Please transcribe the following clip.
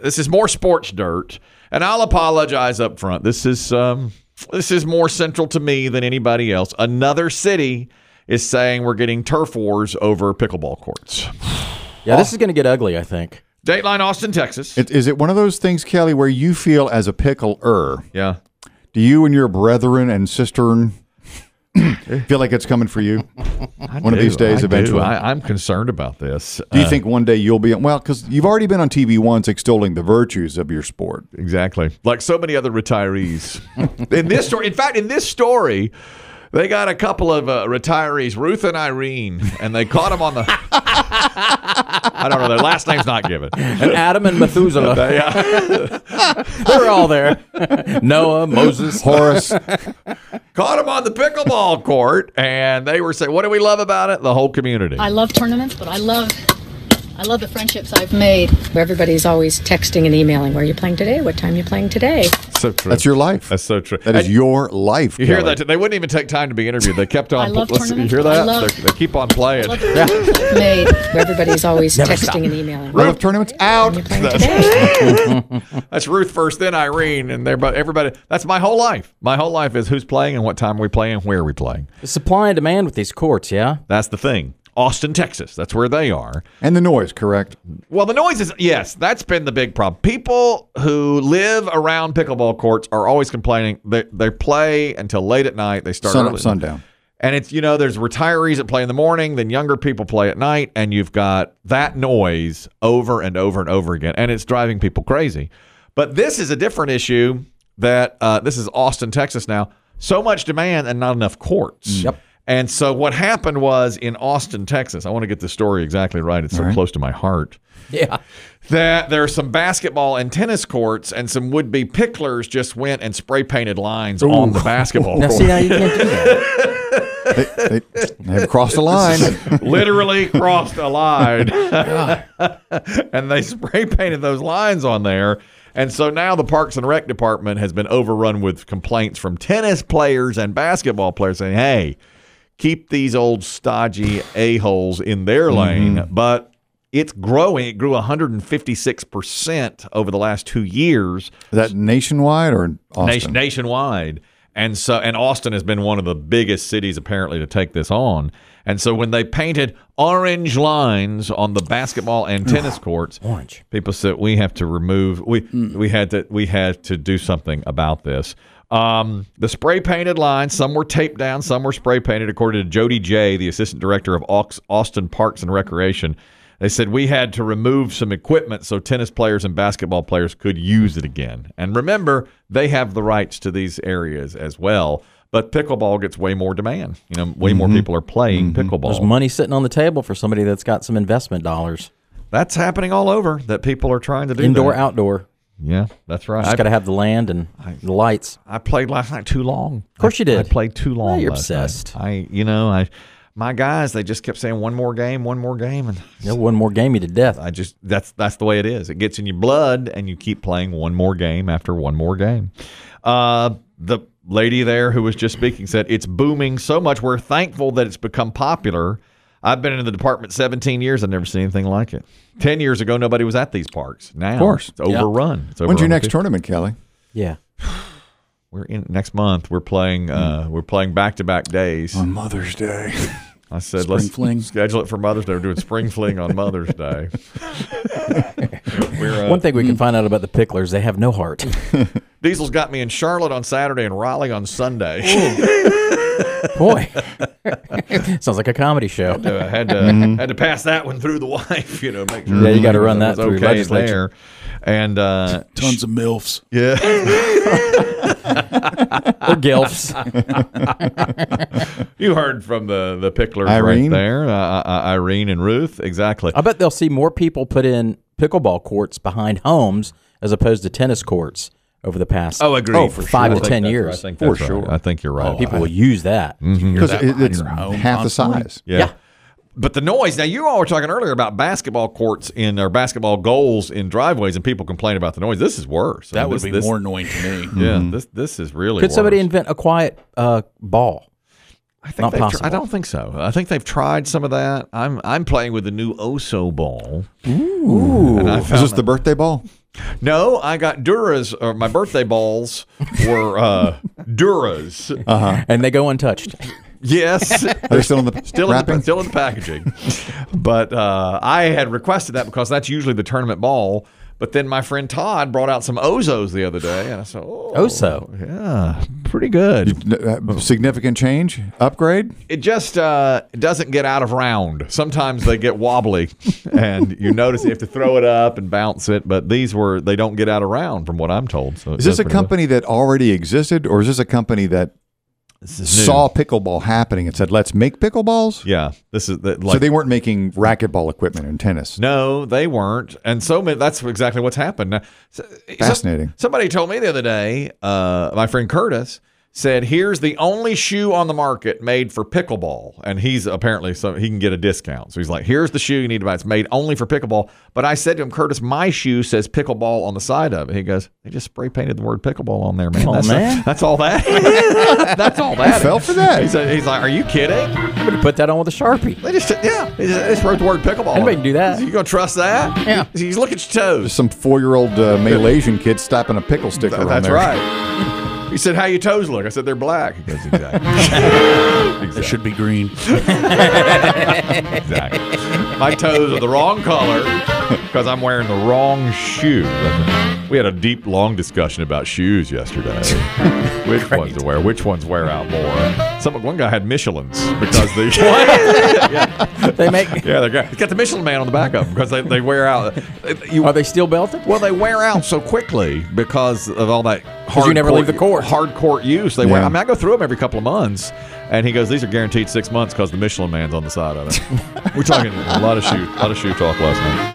This is more sports dirt, and I'll apologize up front. This is um, this is more central to me than anybody else. Another city is saying we're getting turf wars over pickleball courts. Yeah, this is going to get ugly, I think. Dateline Austin, Texas. It, is it one of those things, Kelly, where you feel as a pickler, yeah. do you and your brethren and cistern feel like it's coming for you? One of these days, I do. eventually. I, I'm concerned about this. Do you Uh, think one day you'll be on? Well, because you've already been on TV once extolling the virtues of your sport. Exactly. Like so many other retirees. in this story, in fact, in this story, they got a couple of uh, retirees, Ruth and Irene, and they caught them on the. I don't know. Their last name's not given. And Adam and Methuselah, Yeah. they're all there. Noah, Moses. Horace, Caught them on the pickleball court, and they were saying, "What do we love about it? The whole community." I love tournaments, but I love I love the friendships I've made where everybody's always texting and emailing where are you playing today? What time you playing today? so true. that's your life. That's so true. That is And your life. you hear Kelly. that? They wouldn't even take time to be interviewed. They kept on. I love listen, you tournaments. hear I that? love- They're- they keep on playing. I love the friendships I've made where everybody's always texting and emailing. Love tournaments out. What time you playing today? That's Ruth first, then Irene, and everybody. everybody that's my whole life. My whole life is who's playing and what time are we playing, and where are we playing. Supply and demand with these courts, yeah? That's the thing. Austin, Texas. That's where they are. And the noise, correct? Well, the noise is yes. That's been the big problem. People who live around pickleball courts are always complaining. They they play until late at night. They start Sun early. up, sundown. And it's, you know, there's retirees that play in the morning, then younger people play at night, and you've got that noise over and over and over again. And it's driving people crazy. But this is a different issue that uh, this is Austin, Texas now. So much demand and not enough courts. Yep. And so what happened was in Austin, Texas, I want to get the story exactly right. It's so close to my heart Yeah. that there are some basketball and tennis courts, and some would be picklers just went and spray painted lines on the basketball Now, court. see, now you can't do that. They, they, they have crossed the line. literally crossed a line. and they spray painted those lines on there. And so now the Parks and Rec department has been overrun with complaints from tennis players and basketball players saying, hey, keep these old stodgy a-holes in their Mm-hmm. lane. But it's growing. It grew 156% over the last two years Is that nationwide or in Austin? nation, nationwide. And so, and Austin has been one of the biggest cities apparently to take this on. And so, when they painted orange lines on the basketball and tennis courts, Orange. people said we have to remove. We we had to we had to do something about this. Um, the spray painted lines. Some were taped down. Some were spray painted. According to Jody Jay, the assistant director of Aux- Austin Parks and Recreation, they said we had to remove some equipment so tennis players and basketball players could use it again. And remember, they have the rights to these areas as well. But pickleball gets way more demand. You know, way more people are playing Mm-hmm. There's pickleball. money sitting on the table for somebody that's got some investment dollars. That's happening all over. That people are trying to do Indoor, that. outdoor. Yeah, that's right. Just got to have the land and the lights. I played last night too long. Of course you did. I played too long. you're last night. obsessed. I, you know, I, my guys, they just kept saying one more game, one more game, and You know, one more game you to death. I just that's that's the way it is. It gets in your blood, and you keep playing one more game after one more game. Uh, the lady there who was just speaking said it's booming so much. We're thankful that it's become popular. I've been in the department 17 years. I've never seen anything like it. Ten years ago, nobody was at these parks. Now, of course. it's overrun. It's overrun When's your with next people. tournament, Kelly? Yeah. We're in next month. We're playing. Uh, We're playing back to back days. Hmm. On Mother's Day. I said, let's fling. schedule it for Mother's Day. We're doing spring fling on Mother's Day. We're, uh, One thing we can find out about the picklers, they have no heart. Diesel's got me in Charlotte on Saturday and Raleigh on Sunday. Boy. Sounds like a comedy show. I had to had to pass that one through the wife, you know, make sure. Mm-hmm. Yeah, you gotta run everything was that through okay legislature. there. And uh, Tons of milfs. yeah, Or gilfs. you heard from the the picklers right Irene? there, uh, uh, Irene and Ruth, exactly. I bet they'll see more people put in pickleball courts behind homes as opposed to tennis courts over the past. Oh, agreed. for five to ten years. I think For that's right. sure. I think Mm. you're right. people will use that. Because it's home half the constantly. size. Yeah. Yeah. But the noise. Now you all were talking earlier about basketball courts in or basketball goals in driveways, and people complain about the noise. This is worse. I That mean, would this- be this- more annoying to me. Yeah, this this is really. Mm-hmm. Could somebody worse. invent a quiet uh, ball? I think not they've tr- possible. I don't think so. I think they've tried some of that. I'm I'm playing with the new Oso ball. Ooh. Is this the birthday ball? No, I got Duras, or my birthday balls were uh, Duras. and they go untouched. Yes, Are they still in the still in, wrapping? the, still in the packaging. but uh, I had requested that because that's usually the tournament ball. But then my friend Todd brought out some Ozos the other day, and I said, "Oh, Oso. yeah, pretty good." N- uh, significant change, upgrade. it just uh, doesn't get out of round. Sometimes they get wobbly, and you notice you have to throw it up and bounce it. But these were they don't get out of round, from what I'm told. So it Is this does a pretty well. company that already existed, or is this a company that This is new. saw pickleball happening and said, "Let's make pickleballs"? Yeah, this is the, like so they weren't making racquetball equipment and tennis. No, they weren't. And so many, that's exactly what's happened. Now, so- Fascinating. so- somebody told me the other day, uh, my friend Curtis said, "Here's the only shoe on the market made for pickleball." And he's apparently so he can get a discount. So he's like, "Here's the shoe you need to buy. It's made only for pickleball." But I said to him, "Curtis, my shoe says pickleball on the side of it." He goes, "They just spray painted the word pickleball on there, man. Come on, that's, man. that's all that. that's all that. fell is." for that. He said, he's like, "Are you kidding?" I'm going to put that on with a Sharpie. They just yeah, they just, they just wrote the word pickleball. Anybody can do that. You gonna trust that? Yeah. He's, he's looking at your toes. Just some four-year-old uh, Malaysian kid slapping a pickle sticker. Th- on That's there. right. He said, "How your toes look?" I said, "They're black." He goes, "Exactly, It should be green. exactly. My toes are the wrong color because I'm wearing the wrong shoe." We had a deep, long discussion about shoes yesterday. Which ones to wear? Which ones wear out more? Some one guy had Michelin's because the yeah, They make. yeah, they got, he's got the Michelin man on the back of them because they, they wear out. You Are they steel belted? Well, they wear out so quickly because of all that hard. you never court, leave the court. Hard court use. They wear. Yeah. I mean, I go through them every couple of months, and he goes, "These are guaranteed six months because the Michelin man's on the side of it." We're talking a lot of shoe, a lot of shoe talk last night.